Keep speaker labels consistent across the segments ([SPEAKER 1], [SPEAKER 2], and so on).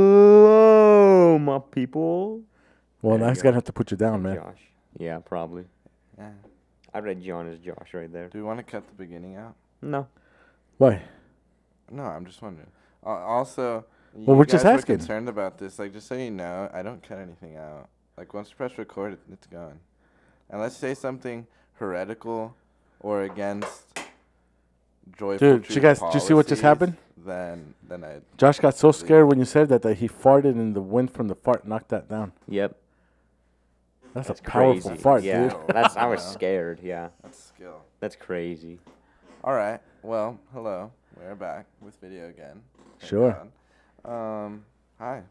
[SPEAKER 1] Hello, my people.
[SPEAKER 2] Well,
[SPEAKER 1] There
[SPEAKER 2] now
[SPEAKER 1] you
[SPEAKER 2] he's
[SPEAKER 1] go.
[SPEAKER 2] gonna have to put you down, man.
[SPEAKER 1] Josh. Yeah, probably.
[SPEAKER 3] Yeah.
[SPEAKER 1] I read John as Josh right there.
[SPEAKER 3] Do we want to cut the beginning out?
[SPEAKER 1] No.
[SPEAKER 2] Why?
[SPEAKER 3] No, I'm just wondering. Uh, also,
[SPEAKER 2] Well,
[SPEAKER 3] you
[SPEAKER 2] we're just
[SPEAKER 3] guys were
[SPEAKER 2] asking.
[SPEAKER 3] concerned about this. Like, just so you know, I don't cut anything out. Like, once you press record, it- it's gone. Unless you say something heretical or against joyful.
[SPEAKER 2] Dude, did
[SPEAKER 3] true
[SPEAKER 2] you guys- did you see what just
[SPEAKER 3] policies,
[SPEAKER 2] happened?
[SPEAKER 3] Then, then I.
[SPEAKER 2] Josh got so scared when you said that that he farted and the wind from the fart knocked that down.
[SPEAKER 1] Yep.
[SPEAKER 2] That's,
[SPEAKER 1] That's
[SPEAKER 2] a powerful
[SPEAKER 1] crazy.
[SPEAKER 2] fart,
[SPEAKER 1] yeah.
[SPEAKER 2] dude.
[SPEAKER 1] That's I was scared. Yeah.
[SPEAKER 3] That's skill.
[SPEAKER 1] That's crazy.
[SPEAKER 3] All right. Well, hello. We're back with video again. Thank
[SPEAKER 2] Sure.
[SPEAKER 3] God. Um. Hi.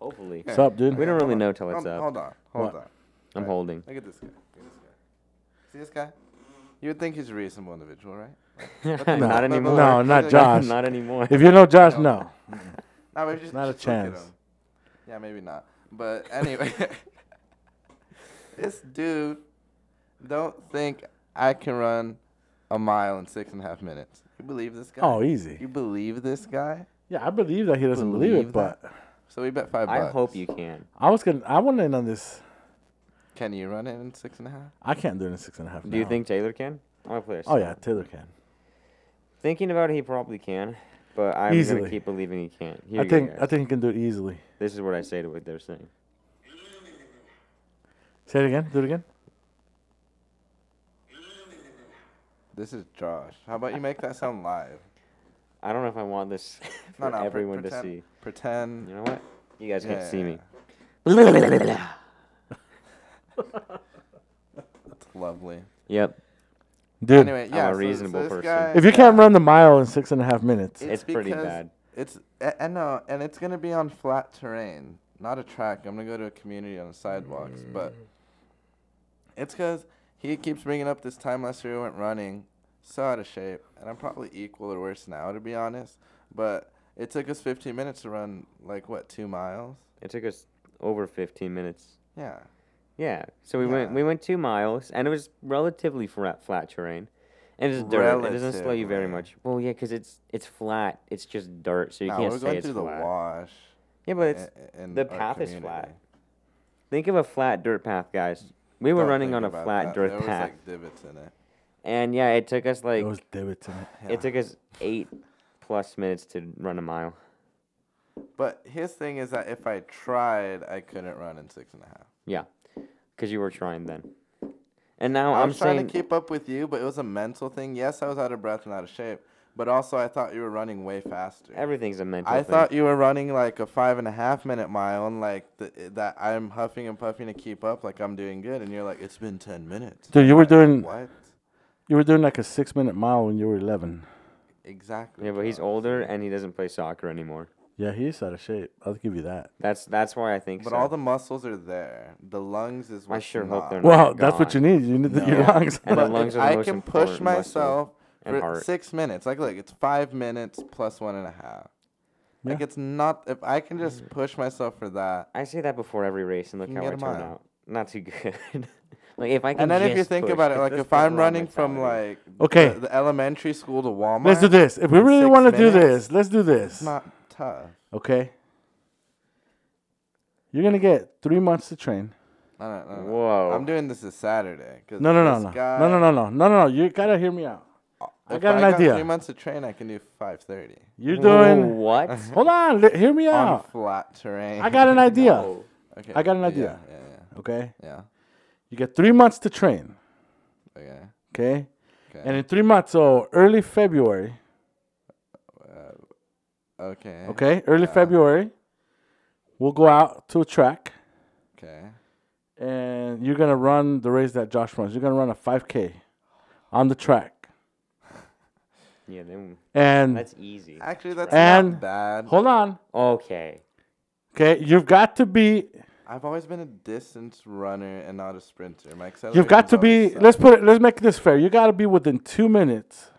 [SPEAKER 1] Hopefully.
[SPEAKER 2] What's up, dude?
[SPEAKER 1] We don't really know till
[SPEAKER 3] Hold-
[SPEAKER 1] it's up.
[SPEAKER 3] Hold on. Hold
[SPEAKER 2] What?
[SPEAKER 3] on.
[SPEAKER 1] I'm
[SPEAKER 3] Right.
[SPEAKER 1] holding.
[SPEAKER 3] Look at this guy. Look at this guy. See this guy? You would think he's a reasonable individual, right? the-
[SPEAKER 1] not
[SPEAKER 3] no, no,
[SPEAKER 1] anymore.
[SPEAKER 2] no, not Josh.
[SPEAKER 1] not anymore.
[SPEAKER 2] If you know Josh, no.
[SPEAKER 3] No, maybe just
[SPEAKER 2] Not a
[SPEAKER 3] just look at
[SPEAKER 2] chance.
[SPEAKER 3] him. Yeah, maybe not. But anyway, this dude don't think I can run a mile in six and a half minutes. You believe this guy?
[SPEAKER 2] Oh, easy.
[SPEAKER 3] You believe this guy?
[SPEAKER 2] Yeah, I believe that he doesn't believe, it,
[SPEAKER 3] Believe that?
[SPEAKER 2] but
[SPEAKER 3] So we bet five
[SPEAKER 1] I
[SPEAKER 3] bucks.
[SPEAKER 1] hope you can.
[SPEAKER 2] I was gonna. I want in on this.
[SPEAKER 3] Can you run it in six and a half?
[SPEAKER 2] I can't do it in six and a half.
[SPEAKER 1] Do you
[SPEAKER 2] now.
[SPEAKER 1] think Taylor can? I want to play. a
[SPEAKER 2] Oh
[SPEAKER 1] song.
[SPEAKER 2] yeah, Taylor can.
[SPEAKER 1] Thinking about it, he probably can, but I'm
[SPEAKER 2] Easily.
[SPEAKER 1] gonna keep believing he can't. Here
[SPEAKER 2] I
[SPEAKER 1] you
[SPEAKER 2] think.
[SPEAKER 1] go,
[SPEAKER 2] I
[SPEAKER 1] guys.
[SPEAKER 2] think he can do it easily.
[SPEAKER 1] this is what I say to what they're saying.
[SPEAKER 2] Say it again. Do it again.
[SPEAKER 3] This is Josh. How about you make that sound live?
[SPEAKER 1] I don't know if I want this for
[SPEAKER 3] No, no, pre-
[SPEAKER 1] everyone to
[SPEAKER 3] pretend,
[SPEAKER 1] see.
[SPEAKER 3] Pretend.
[SPEAKER 1] You know what? You guys can't see me.
[SPEAKER 3] It's lovely.
[SPEAKER 1] Yep.
[SPEAKER 2] Dude,
[SPEAKER 3] Anyway,
[SPEAKER 1] I'm
[SPEAKER 3] yeah.
[SPEAKER 1] a
[SPEAKER 3] so- so
[SPEAKER 1] reasonable
[SPEAKER 3] this
[SPEAKER 1] person.
[SPEAKER 3] guy-
[SPEAKER 2] if you can't run the mile in six and a half minutes,
[SPEAKER 1] It's pretty
[SPEAKER 3] because
[SPEAKER 1] bad.
[SPEAKER 3] It's a- and no, and it's gonna be on flat terrain, not a track. I'm gonna go to a community on sidewalks, but it's because he keeps bringing up this time last year we went running, so out of shape, and I'm probably equal or worse now to be honest. But it took us 15 minutes to run like what two miles?
[SPEAKER 1] It took us over 15 minutes.
[SPEAKER 3] Yeah,
[SPEAKER 1] Yeah. So we went
[SPEAKER 3] Yeah.
[SPEAKER 1] we went two miles, and it was relatively flat, flat terrain, and it's dirt. It doesn't slow you very
[SPEAKER 3] Relatively.
[SPEAKER 1] much. Well, yeah, because it's it's flat. It's just dirt, so you
[SPEAKER 3] Nah,
[SPEAKER 1] can't
[SPEAKER 3] we're
[SPEAKER 1] say
[SPEAKER 3] going
[SPEAKER 1] it's
[SPEAKER 3] through the
[SPEAKER 1] flat.
[SPEAKER 3] wash.
[SPEAKER 1] yeah, but it's
[SPEAKER 3] i- in
[SPEAKER 1] the
[SPEAKER 3] our
[SPEAKER 1] path is
[SPEAKER 3] community.
[SPEAKER 1] flat. think of a flat dirt path, guys. We were
[SPEAKER 3] Don't
[SPEAKER 1] running
[SPEAKER 3] think
[SPEAKER 1] on a
[SPEAKER 3] about
[SPEAKER 1] flat
[SPEAKER 3] that.
[SPEAKER 1] dirt
[SPEAKER 3] there
[SPEAKER 1] path,
[SPEAKER 3] Was, like divots in it.
[SPEAKER 1] and yeah, it took us like
[SPEAKER 2] it was David tonight.
[SPEAKER 1] it took us eight plus minutes to run a mile.
[SPEAKER 3] But his thing is that if I tried, I couldn't run in six and a half.
[SPEAKER 1] Yeah, because you were trying then, and now
[SPEAKER 3] I
[SPEAKER 1] I'm
[SPEAKER 3] was trying
[SPEAKER 1] saying
[SPEAKER 3] to keep up with you, but it was a mental thing. Yes, I was out of breath and out of shape, but also I thought you were running way faster.
[SPEAKER 1] everything's a mental
[SPEAKER 3] I
[SPEAKER 1] thing.
[SPEAKER 3] thought you were running like a five and a half minute mile, and like th- that I'm huffing and puffing to keep up, like I'm doing good, and you're like, it's been ten minutes.
[SPEAKER 2] Dude, you were doing.
[SPEAKER 3] What?
[SPEAKER 2] You were doing like a six minute mile when you were eleven.
[SPEAKER 3] Exactly.
[SPEAKER 1] yeah, but he's
[SPEAKER 3] Josh.
[SPEAKER 1] older and he doesn't play soccer anymore.
[SPEAKER 2] Yeah, he is out of shape. I'll give you that.
[SPEAKER 1] That's that's why I think.
[SPEAKER 3] But
[SPEAKER 1] so.
[SPEAKER 3] all the muscles are there. The lungs is. What's
[SPEAKER 1] sure
[SPEAKER 3] not.
[SPEAKER 1] hope they're not.
[SPEAKER 2] Well, that's what you need. You need the, your
[SPEAKER 1] Yeah.
[SPEAKER 2] lungs.
[SPEAKER 1] And
[SPEAKER 3] but
[SPEAKER 1] the lungs
[SPEAKER 3] if
[SPEAKER 1] are the
[SPEAKER 3] I
[SPEAKER 1] most
[SPEAKER 3] can
[SPEAKER 1] important
[SPEAKER 3] push
[SPEAKER 1] muscle
[SPEAKER 3] myself
[SPEAKER 1] and
[SPEAKER 3] for
[SPEAKER 1] heart.
[SPEAKER 3] six minutes. Like, look, it's five minutes plus one and a half. Like,
[SPEAKER 2] Yeah.
[SPEAKER 3] it's not. If I can
[SPEAKER 1] Mm.
[SPEAKER 3] just push myself for that,
[SPEAKER 1] I say that before every race, and look
[SPEAKER 3] You
[SPEAKER 1] how
[SPEAKER 3] can
[SPEAKER 1] I
[SPEAKER 3] get
[SPEAKER 1] turn
[SPEAKER 3] a mile.
[SPEAKER 1] out. Not too good. like if I can.
[SPEAKER 3] and then if you
[SPEAKER 1] just
[SPEAKER 3] think
[SPEAKER 1] push,
[SPEAKER 3] about it,
[SPEAKER 1] 'cause
[SPEAKER 3] like,
[SPEAKER 1] this
[SPEAKER 3] if
[SPEAKER 1] is the
[SPEAKER 3] I'm
[SPEAKER 1] wrong
[SPEAKER 3] running from
[SPEAKER 1] mentality.
[SPEAKER 3] like
[SPEAKER 2] Okay.
[SPEAKER 3] the, the elementary school to Walmart,
[SPEAKER 2] Let's do this. If we
[SPEAKER 3] in
[SPEAKER 2] really
[SPEAKER 3] six
[SPEAKER 2] want to do
[SPEAKER 3] minutes,
[SPEAKER 2] this, let's do this.
[SPEAKER 3] It's not tough.
[SPEAKER 2] Okay. You're gonna get three months to train.
[SPEAKER 3] No, no, no, no.
[SPEAKER 1] Whoa.
[SPEAKER 3] uh, I'm doing this this Saturday. 'cause
[SPEAKER 2] No, no, no,
[SPEAKER 3] this
[SPEAKER 2] no,
[SPEAKER 3] guy-
[SPEAKER 2] no, no, no, no, no, no, no. You gotta hear me out. I
[SPEAKER 3] if
[SPEAKER 2] got an idea.
[SPEAKER 3] Three months to train, I can do five thirty
[SPEAKER 2] You're
[SPEAKER 1] Whoa,
[SPEAKER 2] doing.
[SPEAKER 1] what?
[SPEAKER 2] Hold on. Li- hear me
[SPEAKER 3] on
[SPEAKER 2] out.
[SPEAKER 3] flat terrain.
[SPEAKER 2] I got an idea.
[SPEAKER 1] No.
[SPEAKER 3] Okay.
[SPEAKER 2] I got an
[SPEAKER 3] yeah,
[SPEAKER 2] idea.
[SPEAKER 3] Yeah,
[SPEAKER 2] Okay.
[SPEAKER 3] yeah,
[SPEAKER 2] You get three months to train.
[SPEAKER 3] yeah. Okay.
[SPEAKER 2] Okay.
[SPEAKER 3] Okay.
[SPEAKER 2] And in three months, so early February.
[SPEAKER 3] okay.
[SPEAKER 2] Okay. Early February. We'll go out to a track,
[SPEAKER 3] Okay.
[SPEAKER 2] and you're gonna run the race that Josh runs. You're gonna run a 5K on the track,
[SPEAKER 1] Yeah, then
[SPEAKER 2] and
[SPEAKER 1] that's easy.
[SPEAKER 3] Actually, that's
[SPEAKER 2] And-
[SPEAKER 3] not bad.
[SPEAKER 2] hold on.
[SPEAKER 1] Okay.
[SPEAKER 2] Okay, you've got to be.
[SPEAKER 3] I've always been a distance runner and not a sprinter. My
[SPEAKER 2] You've got
[SPEAKER 3] acceleration's
[SPEAKER 2] to be.
[SPEAKER 3] always sucked.
[SPEAKER 2] Let's put it. Let's make this fair. You got to be within two minutes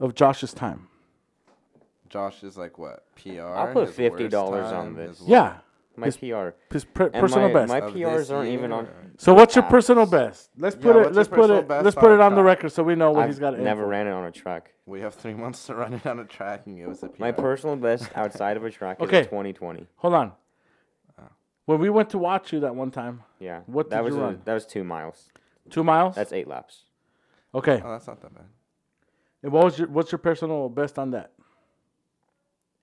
[SPEAKER 2] of Josh's time.
[SPEAKER 3] uh, Josh is like what PR.
[SPEAKER 1] I'll put
[SPEAKER 3] His
[SPEAKER 1] $50
[SPEAKER 3] worst
[SPEAKER 1] on
[SPEAKER 3] time
[SPEAKER 1] this.
[SPEAKER 3] is what?
[SPEAKER 2] Yeah,
[SPEAKER 1] my
[SPEAKER 2] His-
[SPEAKER 1] PR.
[SPEAKER 2] His per-
[SPEAKER 1] And
[SPEAKER 2] personal
[SPEAKER 1] my,
[SPEAKER 2] best.
[SPEAKER 1] My
[SPEAKER 3] Of
[SPEAKER 1] PRs
[SPEAKER 3] this
[SPEAKER 1] aren't even
[SPEAKER 3] year.
[SPEAKER 1] on.
[SPEAKER 2] so what's your
[SPEAKER 1] Ah.
[SPEAKER 2] personal best? Let's
[SPEAKER 3] Yeah,
[SPEAKER 2] put
[SPEAKER 3] what's
[SPEAKER 2] it.
[SPEAKER 3] your
[SPEAKER 2] Let's put
[SPEAKER 3] personal
[SPEAKER 2] it.
[SPEAKER 3] best
[SPEAKER 2] Let's put
[SPEAKER 3] on
[SPEAKER 2] it on the
[SPEAKER 3] track?
[SPEAKER 2] record so we know what
[SPEAKER 1] I've
[SPEAKER 2] he's got. it in
[SPEAKER 1] never
[SPEAKER 2] for.
[SPEAKER 1] ran it on a track.
[SPEAKER 3] We have three months to run it on a track, and it was a PR.
[SPEAKER 1] My personal best outside of a track
[SPEAKER 2] Okay.
[SPEAKER 1] is a 2020.
[SPEAKER 2] Hold on. When we went to watch you that one time,
[SPEAKER 1] Yeah.
[SPEAKER 2] What
[SPEAKER 1] that
[SPEAKER 2] did
[SPEAKER 1] was
[SPEAKER 2] you
[SPEAKER 1] a-
[SPEAKER 2] run?
[SPEAKER 1] that was two miles.
[SPEAKER 2] two miles.
[SPEAKER 1] That's eight laps.
[SPEAKER 2] okay.
[SPEAKER 3] oh, that's not that bad.
[SPEAKER 2] And what was your What's your personal best on that?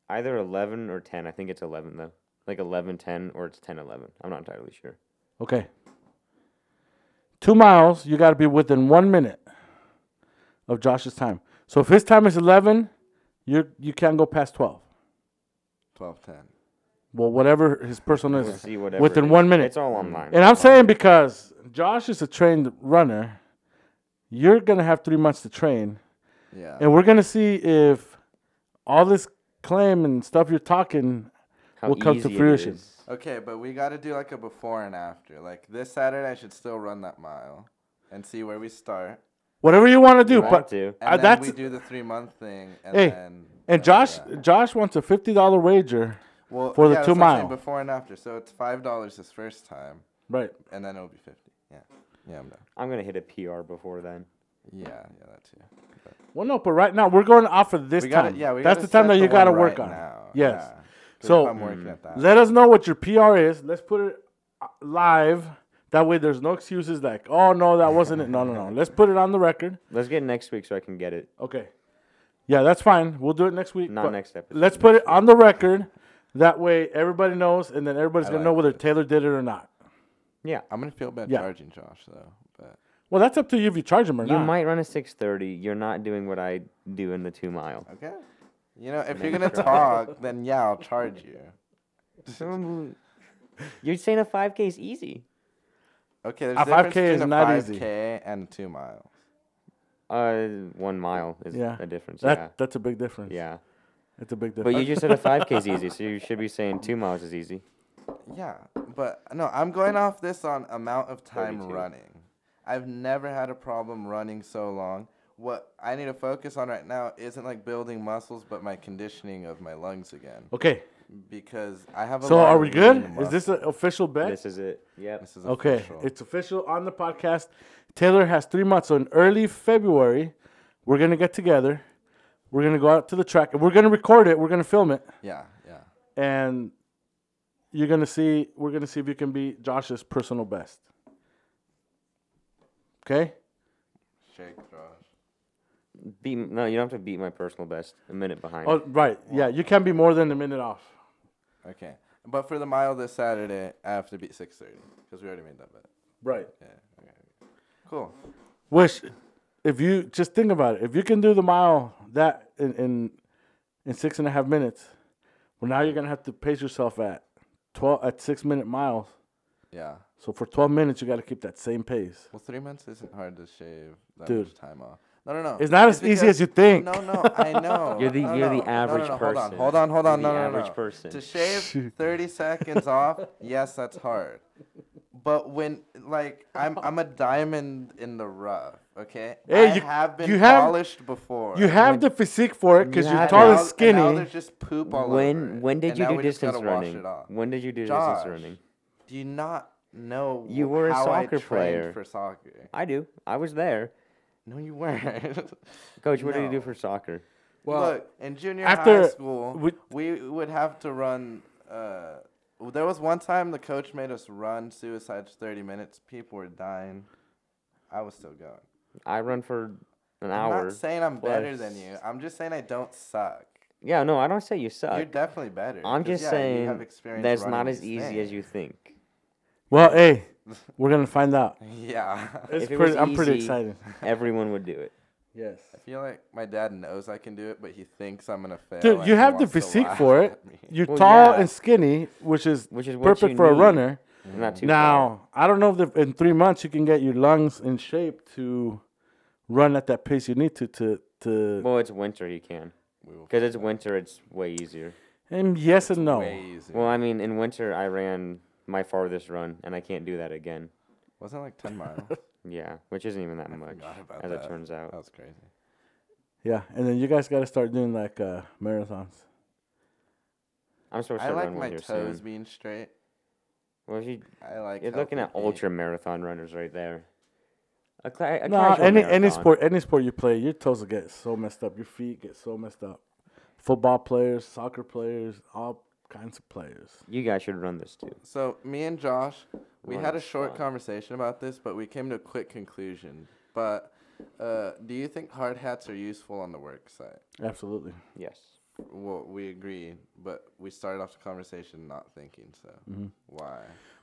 [SPEAKER 1] Either 11 or 10. I think it's 11 though. Like 11 10 or it's 10 11. I'm not entirely sure.
[SPEAKER 2] Okay. Two miles, you got to be within one minute of Josh's time. So if his time is eleven, you you can't go past twelve.
[SPEAKER 3] 12, 10.
[SPEAKER 2] Well, whatever his personal
[SPEAKER 1] We'll
[SPEAKER 2] is,
[SPEAKER 1] see whatever.
[SPEAKER 2] within
[SPEAKER 1] it is.
[SPEAKER 2] one minute.
[SPEAKER 1] It's all online.
[SPEAKER 2] Mm. And I'm saying because Josh is a trained runner, you're gonna have three months to train,
[SPEAKER 3] Yeah.
[SPEAKER 2] and we're gonna see if all this claim and stuff you're talking.
[SPEAKER 1] How
[SPEAKER 2] will come to
[SPEAKER 1] easy it
[SPEAKER 2] fruition.
[SPEAKER 1] is.
[SPEAKER 3] Okay, but we got to do like a before and after. Like this Saturday, I should still run that mile and see where we start.
[SPEAKER 2] Whatever you want to do,
[SPEAKER 1] want
[SPEAKER 2] but
[SPEAKER 1] to.
[SPEAKER 2] uh,
[SPEAKER 3] And then
[SPEAKER 2] that's
[SPEAKER 3] we do the three month thing. And
[SPEAKER 2] Hey,
[SPEAKER 3] then,
[SPEAKER 2] and Josh. Josh wants a fifty dollar wager,
[SPEAKER 3] well,
[SPEAKER 2] for the
[SPEAKER 3] yeah,
[SPEAKER 2] two
[SPEAKER 3] that's what I'm saying,
[SPEAKER 2] mile.
[SPEAKER 3] Before and after. So it's $5 this first time,
[SPEAKER 2] right?
[SPEAKER 3] and then it'll be 50 Yeah. Yeah, I'm done.
[SPEAKER 1] I'm going to hit a PR before then.
[SPEAKER 3] Yeah, yeah, that too. But
[SPEAKER 2] Well, no, but right now we're going off of this
[SPEAKER 3] we
[SPEAKER 2] time.
[SPEAKER 3] gotta, yeah, we
[SPEAKER 2] That's
[SPEAKER 3] gotta
[SPEAKER 2] the time
[SPEAKER 3] set
[SPEAKER 2] that you
[SPEAKER 3] one
[SPEAKER 2] got to
[SPEAKER 3] right
[SPEAKER 2] work on.
[SPEAKER 3] now.
[SPEAKER 2] Yes.
[SPEAKER 3] Yeah. 'Cause
[SPEAKER 2] So,
[SPEAKER 3] if I'm working at that.
[SPEAKER 2] Let us know what your PR is. Let's put it uh, live. That way, there's no excuses like, oh no, that wasn't it. No, no, no. Let's put it on the record.
[SPEAKER 1] Let's get next week so I can get it.
[SPEAKER 2] Okay. Yeah, that's fine. We'll do it next week.
[SPEAKER 1] Not
[SPEAKER 2] but
[SPEAKER 1] next episode.
[SPEAKER 2] Let's put it on the record. That way, everybody knows, and then everybody's
[SPEAKER 3] I
[SPEAKER 2] gonna
[SPEAKER 3] like
[SPEAKER 2] know whether Taylor did it or not.
[SPEAKER 1] Yeah.
[SPEAKER 3] I'm gonna feel bad
[SPEAKER 2] Yeah.
[SPEAKER 3] charging Josh though, but
[SPEAKER 2] Well, that's up to you if you charge him or
[SPEAKER 1] You
[SPEAKER 2] not.
[SPEAKER 1] might run a 6:30. You're not doing what I do in the 2 mile.
[SPEAKER 3] okay. You know, if you're gonna talk, then yeah, I'll charge you.
[SPEAKER 1] You're saying a 5k is easy.
[SPEAKER 3] Okay, there's
[SPEAKER 2] A
[SPEAKER 3] a
[SPEAKER 2] 5K
[SPEAKER 3] difference between
[SPEAKER 2] is
[SPEAKER 3] a
[SPEAKER 2] not
[SPEAKER 3] 5K
[SPEAKER 2] easy.
[SPEAKER 3] and two miles.
[SPEAKER 1] Uh, one mile is
[SPEAKER 2] Yeah.
[SPEAKER 1] a difference.
[SPEAKER 2] That that's a big difference.
[SPEAKER 1] yeah, yeah.
[SPEAKER 2] it's a big
[SPEAKER 1] But
[SPEAKER 2] difference.
[SPEAKER 1] you just said a 5k is easy, so you should be saying two miles is easy.
[SPEAKER 3] Yeah, but no, I'm going off this on amount of time
[SPEAKER 1] 32.
[SPEAKER 3] running. I've never had a problem running so long. What I need to focus on right now isn't like building muscles, but my conditioning of my lungs again.
[SPEAKER 2] okay.
[SPEAKER 3] Because I have a
[SPEAKER 2] So
[SPEAKER 3] lot
[SPEAKER 2] are
[SPEAKER 3] of
[SPEAKER 2] we
[SPEAKER 3] lean
[SPEAKER 2] good? Is this
[SPEAKER 3] muscle.
[SPEAKER 2] an official bet?
[SPEAKER 1] This is it. Yep.
[SPEAKER 3] This is
[SPEAKER 2] Okay,
[SPEAKER 3] official.
[SPEAKER 2] it's official on the podcast. Taylor has three months. So in early February, we're gonna get together. We're gonna go out to the track and we're gonna record it. We're gonna film it,
[SPEAKER 3] Yeah, yeah.
[SPEAKER 2] and you're gonna see. We're gonna see if you can beat Josh's personal best. Okay.
[SPEAKER 3] Shake, Josh.
[SPEAKER 1] Beat, m- no, you don't have to beat my personal best. A minute behind.
[SPEAKER 2] Oh, right. Yeah, you can be more than a minute off.
[SPEAKER 3] Okay. But for the mile this Saturday, I have to beat 6:30 because we already made that bet.
[SPEAKER 2] Right.
[SPEAKER 3] Yeah. Okay. Cool.
[SPEAKER 2] Which, if you just think about it, if you can do the mile that in in, in six and a half minutes, well, now you're gonna have to pace yourself at twelve at six minute miles.
[SPEAKER 3] Yeah.
[SPEAKER 2] So for twelve minutes, you got to keep that same pace.
[SPEAKER 3] Well, three months isn't hard to shave that
[SPEAKER 2] Dude.
[SPEAKER 3] much time off. No, no, no.
[SPEAKER 2] It's not as easy as
[SPEAKER 3] because-
[SPEAKER 2] you think.
[SPEAKER 3] No, no, I know.
[SPEAKER 1] You're the-
[SPEAKER 3] No,
[SPEAKER 1] you're the
[SPEAKER 3] no, no, no,
[SPEAKER 1] average
[SPEAKER 3] no,
[SPEAKER 1] person.
[SPEAKER 3] Hold on, hold on, hold on.
[SPEAKER 1] You're
[SPEAKER 3] No,
[SPEAKER 1] the
[SPEAKER 3] no, no,
[SPEAKER 1] average
[SPEAKER 3] no.
[SPEAKER 1] person.
[SPEAKER 3] To shave 30 seconds off, yes, that's hard. But when like I'm I'm a diamond in the rough, okay?
[SPEAKER 2] Hey,
[SPEAKER 3] I
[SPEAKER 2] you-
[SPEAKER 3] have been
[SPEAKER 2] you have-
[SPEAKER 3] polished before.
[SPEAKER 2] You have the physique for it because
[SPEAKER 1] You
[SPEAKER 2] you're
[SPEAKER 1] have
[SPEAKER 2] tall
[SPEAKER 1] it.
[SPEAKER 2] and
[SPEAKER 1] Now-
[SPEAKER 3] And now
[SPEAKER 2] skinny.
[SPEAKER 3] there's just poop all over
[SPEAKER 1] when
[SPEAKER 3] it.
[SPEAKER 1] when did
[SPEAKER 3] And
[SPEAKER 1] you
[SPEAKER 3] now
[SPEAKER 1] do
[SPEAKER 3] we just gotta
[SPEAKER 1] distance
[SPEAKER 3] wash
[SPEAKER 1] running?
[SPEAKER 3] it off.
[SPEAKER 1] When did you do
[SPEAKER 3] Josh.
[SPEAKER 1] distance running?
[SPEAKER 3] Do you not know
[SPEAKER 1] You were a
[SPEAKER 3] how I
[SPEAKER 1] soccer
[SPEAKER 3] trained
[SPEAKER 1] player.
[SPEAKER 3] for soccer?
[SPEAKER 1] I do. I was there.
[SPEAKER 3] No, you weren't.
[SPEAKER 1] Coach, what did you
[SPEAKER 3] No.
[SPEAKER 1] do for soccer?
[SPEAKER 3] Look, in junior
[SPEAKER 2] after
[SPEAKER 3] high school,
[SPEAKER 2] we-
[SPEAKER 3] we, would have to run. Uh, there was one time the coach made us run suicides 30 minutes. People were dying. I was still going.
[SPEAKER 1] I run for an
[SPEAKER 3] I'm
[SPEAKER 1] hour.
[SPEAKER 3] not saying I'm better than
[SPEAKER 1] plus-
[SPEAKER 3] you. I'm just saying I don't suck.
[SPEAKER 1] Yeah, no, I don't say you suck.
[SPEAKER 3] You're definitely better.
[SPEAKER 1] Uh, I'm
[SPEAKER 3] 'cause,
[SPEAKER 1] just
[SPEAKER 3] yeah, you have
[SPEAKER 1] saying
[SPEAKER 3] experience
[SPEAKER 1] that's
[SPEAKER 3] running
[SPEAKER 1] not as
[SPEAKER 3] these
[SPEAKER 1] easy as
[SPEAKER 3] things.
[SPEAKER 1] you think.
[SPEAKER 2] Well, hey, we're gonna find out.
[SPEAKER 3] Yeah.
[SPEAKER 2] It's
[SPEAKER 1] If it was
[SPEAKER 2] pretty, I'm pretty
[SPEAKER 1] easy-
[SPEAKER 2] excited.
[SPEAKER 1] Everyone would do it.
[SPEAKER 2] Yes.
[SPEAKER 3] I feel like my dad knows I can do it, but he thinks I'm gonna fail.
[SPEAKER 2] Dude,
[SPEAKER 3] and
[SPEAKER 2] you
[SPEAKER 3] he
[SPEAKER 2] have the
[SPEAKER 3] wants to
[SPEAKER 2] physique
[SPEAKER 3] laugh
[SPEAKER 2] for it.
[SPEAKER 3] at me.
[SPEAKER 2] You're
[SPEAKER 1] Well,
[SPEAKER 2] tall
[SPEAKER 1] yeah.
[SPEAKER 2] and skinny, which is
[SPEAKER 1] Which is what
[SPEAKER 2] perfect
[SPEAKER 1] you
[SPEAKER 2] for a
[SPEAKER 1] need.
[SPEAKER 2] runner.
[SPEAKER 1] Not too far.
[SPEAKER 2] Now, I don't know if the, in three months you can get your lungs in shape to run at that pace you need to to to.
[SPEAKER 1] Well, it's winter. You can
[SPEAKER 3] We will
[SPEAKER 1] because it's winter. It's way easier.
[SPEAKER 2] and yes and no.
[SPEAKER 3] way easier.
[SPEAKER 1] Well, I mean, in winter I ran my farthest run, and I can't do that again.
[SPEAKER 3] Wasn't it like 10 miles.
[SPEAKER 1] Yeah, which isn't even that much,
[SPEAKER 3] forgot about
[SPEAKER 1] as
[SPEAKER 3] that. Oh.
[SPEAKER 1] it turns
[SPEAKER 3] that
[SPEAKER 1] out.
[SPEAKER 3] was crazy.
[SPEAKER 2] Yeah, and then you guys got to start doing like uh, marathons.
[SPEAKER 1] I'm supposed
[SPEAKER 3] I
[SPEAKER 1] to
[SPEAKER 3] like
[SPEAKER 1] run
[SPEAKER 3] my
[SPEAKER 1] one here
[SPEAKER 3] toes
[SPEAKER 1] soon.
[SPEAKER 3] being straight.
[SPEAKER 1] Well, if you,
[SPEAKER 3] I like.
[SPEAKER 1] you're looking at
[SPEAKER 3] healthy meat.
[SPEAKER 1] ultra marathon runners right there. A cla- a
[SPEAKER 2] No,
[SPEAKER 1] casual
[SPEAKER 2] any any
[SPEAKER 1] marathon.
[SPEAKER 2] sport any sport you play, your toes will get so messed up. Your feet get so messed up. Football players, soccer players, all kinds of players.
[SPEAKER 1] You guys should run this too.
[SPEAKER 3] So me and Josh, we
[SPEAKER 1] We're on
[SPEAKER 3] had
[SPEAKER 1] the
[SPEAKER 3] a short
[SPEAKER 1] spot.
[SPEAKER 3] conversation about this, but we came to a quick conclusion. But uh, do you think hard hats are useful on the work site?
[SPEAKER 2] Absolutely.
[SPEAKER 1] Yes.
[SPEAKER 3] Well, we agree, but we started off the conversation not thinking so.
[SPEAKER 1] Mm-hmm.
[SPEAKER 3] Why?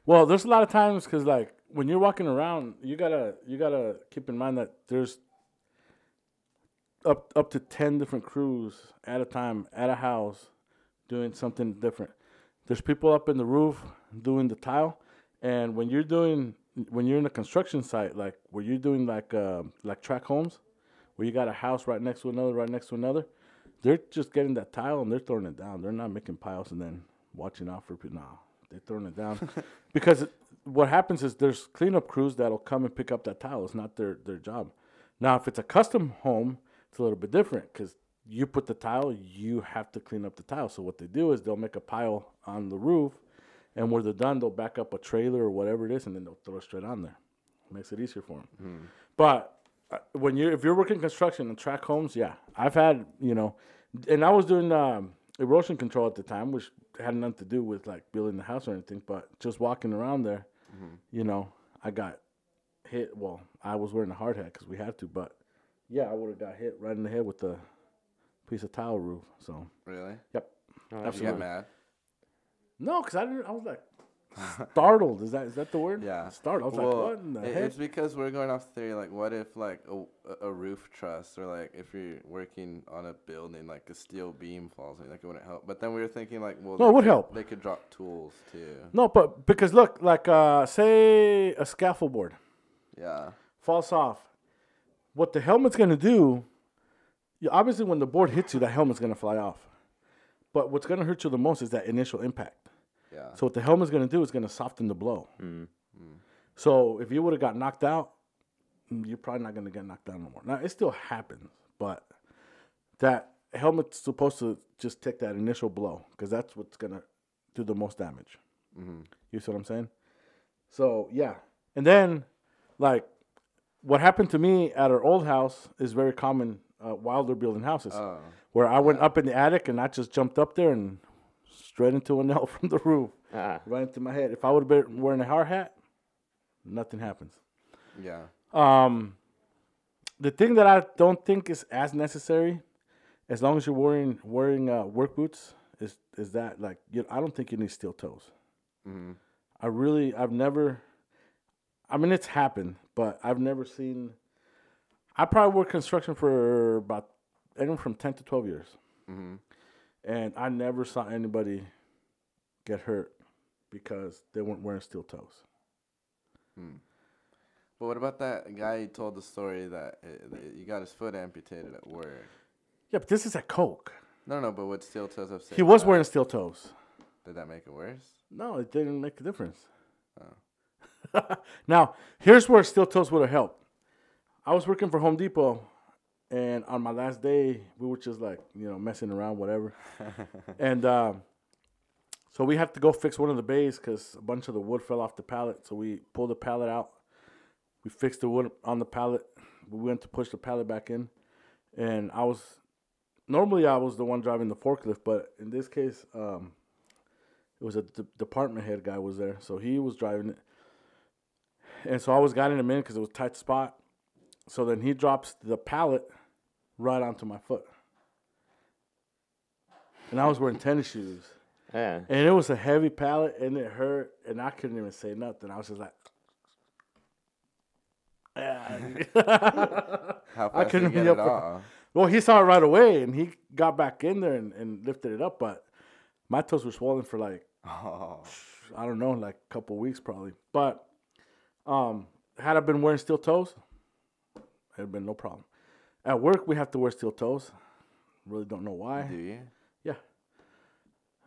[SPEAKER 2] Well, there's a lot of times because like when you're walking around, you gotta you gotta keep in mind that there's up up to ten different crews at a time at a house doing something different. There's people up in the roof doing the tile, and when you're doing when you're in a construction site, like where you're doing like um like track homes, where you got a house right next to another, right next to another, they're just getting that tile and they're throwing it down. They're not making piles and then watching out for people. No, they're throwing it down because what happens is there's cleanup crews that'll come and pick up that tile. It's not their their job. Now, if it's a custom home, it's a little bit different because you put the tile, you have to clean up the tile. So what they do is they'll make a pile on the roof, and when they're done, they'll back up a trailer or whatever it is, and then they'll throw it straight on there. Makes it easier for them. But uh, when you're if you're working construction and track homes, yeah, I've had you know, and I was doing um, erosion control at the time, which had nothing to do with like building the house or anything, but just walking around there, you know, I got hit. Well, I was wearing a hard hat because we had to, but yeah, I would have got hit right in the head with a piece of tile roof. So
[SPEAKER 3] Really?
[SPEAKER 2] yep,
[SPEAKER 1] No,
[SPEAKER 3] Did you get
[SPEAKER 2] absolutely.
[SPEAKER 3] mad?
[SPEAKER 2] No, because I didn't. I was like startled. Is that is that the word?
[SPEAKER 3] Yeah.
[SPEAKER 2] startled. I was
[SPEAKER 3] Well,
[SPEAKER 2] like, what in the
[SPEAKER 3] it-
[SPEAKER 2] heck?
[SPEAKER 3] It's because we're going off theory. Like, what if like a, a roof truss or like if you're working on a building, like a steel beam falls, on you, like it wouldn't help. But then we were thinking like, well,
[SPEAKER 2] No, it
[SPEAKER 3] they
[SPEAKER 2] would
[SPEAKER 3] could-
[SPEAKER 2] help.
[SPEAKER 3] They could drop tools too.
[SPEAKER 2] No, but because look, like uh, say a scaffold board
[SPEAKER 3] Yeah.
[SPEAKER 2] falls off. What the helmet's gonna do? You, obviously, when the board hits you, the helmet's gonna fly off. But what's gonna hurt you the most is that initial impact.
[SPEAKER 3] Yeah.
[SPEAKER 2] So what the helmet's gonna do is gonna soften the blow. So if you would have got knocked out, mm, you're probably not gonna get knocked out no more. Now it still happens, but that helmet's supposed to just take that initial blow because that's what's gonna do the most damage. You see what I'm saying? So yeah, and then like what happened to me at our old house is very common uh, while they're building houses, where I went up in the attic and I just jumped up there and straight into a nail from the roof,
[SPEAKER 1] Ah.
[SPEAKER 2] right into my head. If I would have been wearing a hard hat, nothing happens.
[SPEAKER 3] Yeah.
[SPEAKER 2] Um, the thing that I don't think is as necessary, as long as you're wearing wearing uh, work boots, is is that like you, I don't think you need steel toes. I really I've never, I mean it's happened, but I've never seen. I probably worked construction for about anywhere from ten to twelve years, and I never saw anybody get hurt because they weren't wearing steel toes.
[SPEAKER 3] But what about that guy who told the story that uh, that he got his foot amputated at work?
[SPEAKER 2] Yeah, but this is at Coke.
[SPEAKER 3] No, no, but with steel toes upset.
[SPEAKER 2] He was wearing steel toes.
[SPEAKER 3] Did that make it worse?
[SPEAKER 2] No, it didn't make a difference. Oh. now, here's where steel toes would have helped. I was working for Home Depot, and on my last day, we were just like, you know, messing around, whatever. and um, so we had to go fix one of the bays because a bunch of the wood fell off the pallet. So we pulled the pallet out. We fixed the wood on the pallet. We went to push the pallet back in, and I was normally I was the one driving the forklift, but in this case, um, it was a d- department head guy was there, so he was driving it, and so I was guiding him in because it was a tight spot. So then he drops the pallet right onto my foot, and I was wearing tennis shoes,
[SPEAKER 1] Yeah.
[SPEAKER 2] and it was a heavy pallet, and it hurt, and I couldn't even say nothing. I was just like,
[SPEAKER 3] How fast I
[SPEAKER 2] couldn't
[SPEAKER 3] couldn't
[SPEAKER 2] be
[SPEAKER 3] get
[SPEAKER 2] up
[SPEAKER 3] it
[SPEAKER 2] for-
[SPEAKER 3] off?
[SPEAKER 2] Well, he saw it right away, and he got back in there and, and lifted it up. But my toes were swollen for like
[SPEAKER 3] Oh,
[SPEAKER 2] I don't know, like a couple weeks probably. But um, had I been wearing steel toes, it'd been no problem. At work, we have to wear steel toes. Really don't know why.
[SPEAKER 3] do you?
[SPEAKER 2] Yeah.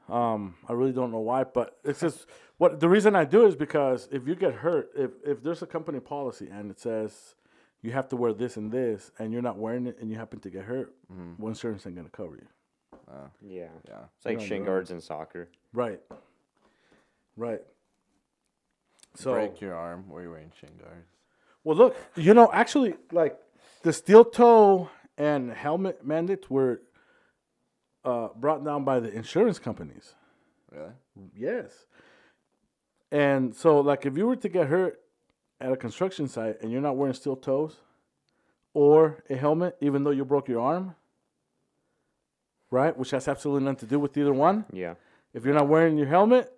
[SPEAKER 2] Um, I really don't know why, but it's just what the reason I do is because if you get hurt, if if there's a company policy and it says you have to wear this and this, and you're not wearing it, and you happen to get hurt, one insurance ain't gonna cover you.
[SPEAKER 1] Yeah.
[SPEAKER 3] Yeah.
[SPEAKER 1] It's like shin guards in soccer.
[SPEAKER 2] Right. Right. So
[SPEAKER 3] break your arm. Were you wearing shin guards?
[SPEAKER 2] Well, look, you know, actually, like the steel toe and helmet mandates were uh, brought down by the insurance companies.
[SPEAKER 3] Really?
[SPEAKER 2] Yes. And so, like, if you were to get hurt at a construction site and you're not wearing steel toes or a helmet, even though you broke your arm, right, which has absolutely nothing to do with either one,
[SPEAKER 1] Yeah.
[SPEAKER 2] if you're not wearing your helmet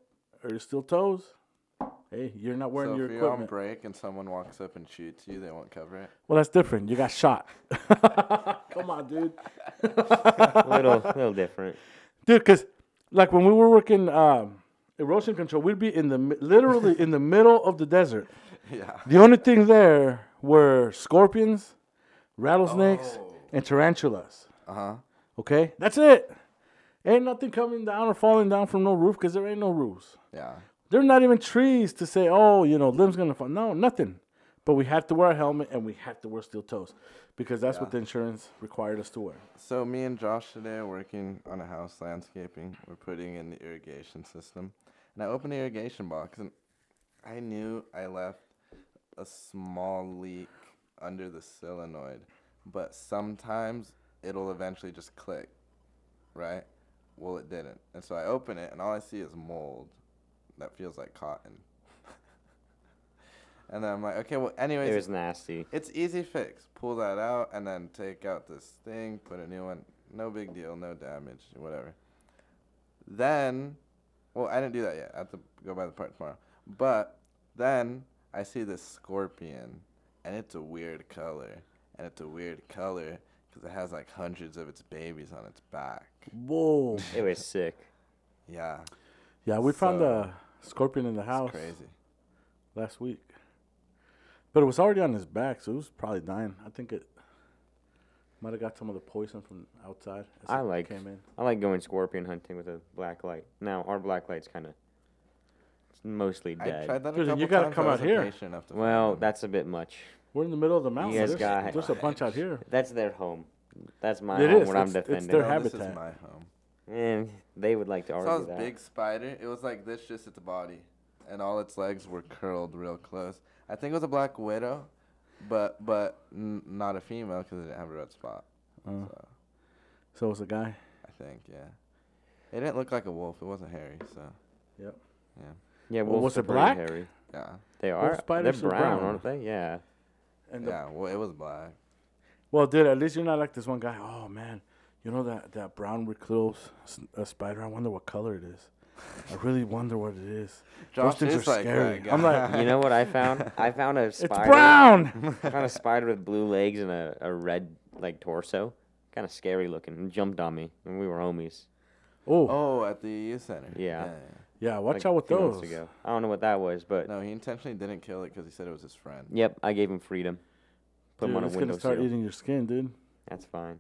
[SPEAKER 2] or your steel toes, hey, you're not wearing
[SPEAKER 3] so
[SPEAKER 2] your
[SPEAKER 3] if you're on
[SPEAKER 2] equipment.
[SPEAKER 3] break and someone walks up and shoots you, they won't cover it.
[SPEAKER 2] Well, that's different. You got shot. Come on, dude.
[SPEAKER 1] A little, little different.
[SPEAKER 2] Dude, because like when we were working um, erosion control, we'd be in the mi- literally in the middle of the desert.
[SPEAKER 3] Yeah.
[SPEAKER 2] The only thing there were scorpions, rattlesnakes, and tarantulas.
[SPEAKER 3] Uh huh.
[SPEAKER 2] Okay, that's it. Ain't nothing coming down or falling down from no roof because there ain't no roofs.
[SPEAKER 3] Yeah.
[SPEAKER 2] There are not even trees to say, oh, you know, limb's gonna fall. No, nothing. But we had to wear a helmet and we had to wear steel toes because that's what the insurance required us to wear.
[SPEAKER 3] So me and Josh today are working on a house landscaping. We're putting in the irrigation system, and I opened the irrigation box, and I knew I left a small leak under the solenoid, but sometimes it'll eventually just click, right? Well, it didn't, and so I open it, and all I see is mold that feels like cotton. and then I'm like, okay, well, anyways,
[SPEAKER 1] It was nasty.
[SPEAKER 3] it's easy fix. Pull that out and then take out this thing, put a new one. No big deal, no damage, whatever. Then, well, I didn't do that yet. I have to go by the part tomorrow. But then I see this scorpion, and it's a weird color, and it's a weird color because it has like hundreds of its babies on its back.
[SPEAKER 2] Whoa.
[SPEAKER 1] It was sick.
[SPEAKER 3] Yeah,
[SPEAKER 2] Yeah, we found
[SPEAKER 3] So-
[SPEAKER 2] a scorpion in the house
[SPEAKER 3] it's crazy.
[SPEAKER 2] last week. But it was already on his back, so it was probably dying. I think it might have got some of the poison from outside. as
[SPEAKER 1] I
[SPEAKER 2] it
[SPEAKER 1] like-
[SPEAKER 2] came in.
[SPEAKER 1] I like going scorpion hunting with a black light. Now our black light's kind of it's mostly
[SPEAKER 3] I
[SPEAKER 1] dead.
[SPEAKER 3] tried that a
[SPEAKER 2] Dude, then
[SPEAKER 3] couple
[SPEAKER 2] you gotta
[SPEAKER 3] times.
[SPEAKER 2] come
[SPEAKER 3] I
[SPEAKER 2] out
[SPEAKER 3] wasn't
[SPEAKER 2] here.
[SPEAKER 3] patient enough to find
[SPEAKER 1] Well,
[SPEAKER 2] Um,
[SPEAKER 3] them.
[SPEAKER 1] that's a bit much.
[SPEAKER 2] We're in the middle of the mountain.
[SPEAKER 1] guys
[SPEAKER 2] There's,
[SPEAKER 1] got-
[SPEAKER 2] there's a bunch out here.
[SPEAKER 1] That's their home. That's my
[SPEAKER 2] It
[SPEAKER 1] home.
[SPEAKER 2] is.
[SPEAKER 1] What I'm
[SPEAKER 2] It's- it's
[SPEAKER 1] defending.
[SPEAKER 2] their
[SPEAKER 3] no, this
[SPEAKER 2] habitat.
[SPEAKER 3] is my home.
[SPEAKER 1] and they would like to
[SPEAKER 3] I saw
[SPEAKER 1] argue
[SPEAKER 3] this
[SPEAKER 1] that.
[SPEAKER 3] big spider. It was like this, just its body, and all its legs were curled real close. I think it was a black widow, but but n- not a female because it didn't have a red spot.
[SPEAKER 2] Uh,
[SPEAKER 3] So
[SPEAKER 2] so was a guy.
[SPEAKER 3] I think yeah, it didn't look like a wolf. It wasn't hairy, so
[SPEAKER 2] Yep.
[SPEAKER 3] yeah,
[SPEAKER 1] Yeah,
[SPEAKER 2] Well,
[SPEAKER 1] wolves
[SPEAKER 2] was
[SPEAKER 1] are
[SPEAKER 2] it
[SPEAKER 1] pretty
[SPEAKER 2] black?
[SPEAKER 1] hairy.
[SPEAKER 3] yeah,
[SPEAKER 1] They
[SPEAKER 2] Wolf
[SPEAKER 1] are. They're
[SPEAKER 2] spiders are
[SPEAKER 1] brown,
[SPEAKER 2] brown.
[SPEAKER 1] aren't they? Yeah.
[SPEAKER 2] And the,
[SPEAKER 3] yeah. Well, it was black.
[SPEAKER 2] well, dude, at least you're not like this one guy. Oh man, you know that that brown recluse s- uh, spider. I wonder what color it is. I really wonder what it is. Those
[SPEAKER 3] Josh
[SPEAKER 2] things
[SPEAKER 3] is
[SPEAKER 2] are
[SPEAKER 3] like
[SPEAKER 2] scary.
[SPEAKER 3] that
[SPEAKER 2] I'm
[SPEAKER 3] guy.
[SPEAKER 1] You know what I found? I found a
[SPEAKER 2] It's
[SPEAKER 1] spider.
[SPEAKER 2] brown.
[SPEAKER 1] I found a spider with blue legs and a, a red like torso. Kind of scary looking. And jumped on me, and we were homies.
[SPEAKER 2] oh,
[SPEAKER 3] Oh, at the youth center.
[SPEAKER 1] Yeah.
[SPEAKER 2] yeah. Watch
[SPEAKER 1] like,
[SPEAKER 2] out
[SPEAKER 1] a
[SPEAKER 2] with
[SPEAKER 1] few months
[SPEAKER 2] those.
[SPEAKER 1] ago. I don't know what that was, but
[SPEAKER 3] No, he intentionally didn't kill it because he said it was his friend.
[SPEAKER 1] yep, I gave him freedom. Put
[SPEAKER 2] Dude,
[SPEAKER 1] him on a
[SPEAKER 2] it's gonna start
[SPEAKER 1] windowsill.
[SPEAKER 2] eating your skin, dude.
[SPEAKER 1] That's fine.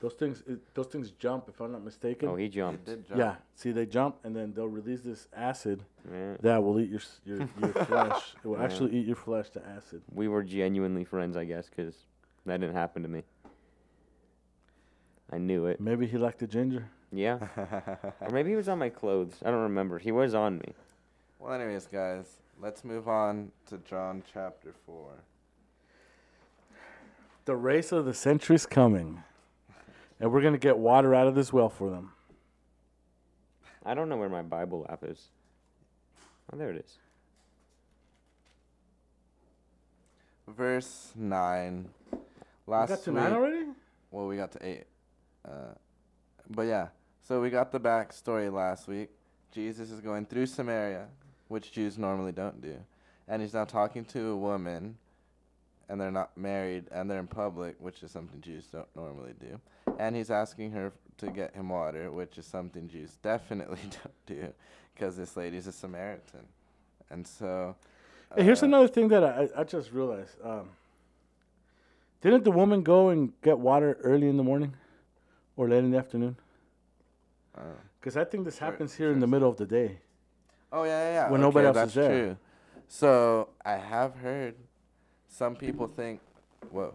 [SPEAKER 2] Those things, it, those things jump. If I'm not mistaken.
[SPEAKER 1] Oh, he jumped.
[SPEAKER 3] Did jump.
[SPEAKER 2] yeah. See, they jump and then they'll release this acid
[SPEAKER 1] Yeah.
[SPEAKER 2] that will eat your s- your, your flesh. It will
[SPEAKER 1] Yeah.
[SPEAKER 2] actually eat your flesh. The acid.
[SPEAKER 1] We were genuinely friends, I guess, because that didn't happen to me. I knew it.
[SPEAKER 2] Maybe he liked the ginger.
[SPEAKER 1] Yeah. or maybe he was on my clothes. I don't remember. He was on me.
[SPEAKER 3] Well, anyways, guys, let's move on to John chapter four.
[SPEAKER 2] The race of the century's coming, and we're gonna get water out of this well for them.
[SPEAKER 1] I don't know where my Bible app is. Oh, there it is.
[SPEAKER 3] verse 9 last
[SPEAKER 2] we got to
[SPEAKER 3] week,
[SPEAKER 2] nine already.
[SPEAKER 3] well we got to 8 uh, but yeah so we got the backstory last week jesus is going through samaria which jews normally don't do and he's now talking to a woman and they're not married and they're in public which is something jews don't normally do and he's asking her to get him water which is something jews definitely don't do because this lady's a samaritan and so
[SPEAKER 2] Hey, here's
[SPEAKER 3] uh,
[SPEAKER 2] another thing that I, I I just realized. Um, didn't the woman go and get water early in the morning, or late in the afternoon?
[SPEAKER 3] uh,
[SPEAKER 2] Because I think this
[SPEAKER 3] Sure,
[SPEAKER 2] happens here
[SPEAKER 3] sure,
[SPEAKER 2] in the
[SPEAKER 3] sure.
[SPEAKER 2] middle of the day.
[SPEAKER 3] Oh yeah, yeah. yeah.
[SPEAKER 2] When nobody else
[SPEAKER 3] that's
[SPEAKER 2] is there.
[SPEAKER 3] True. So I have heard some people think, whoa,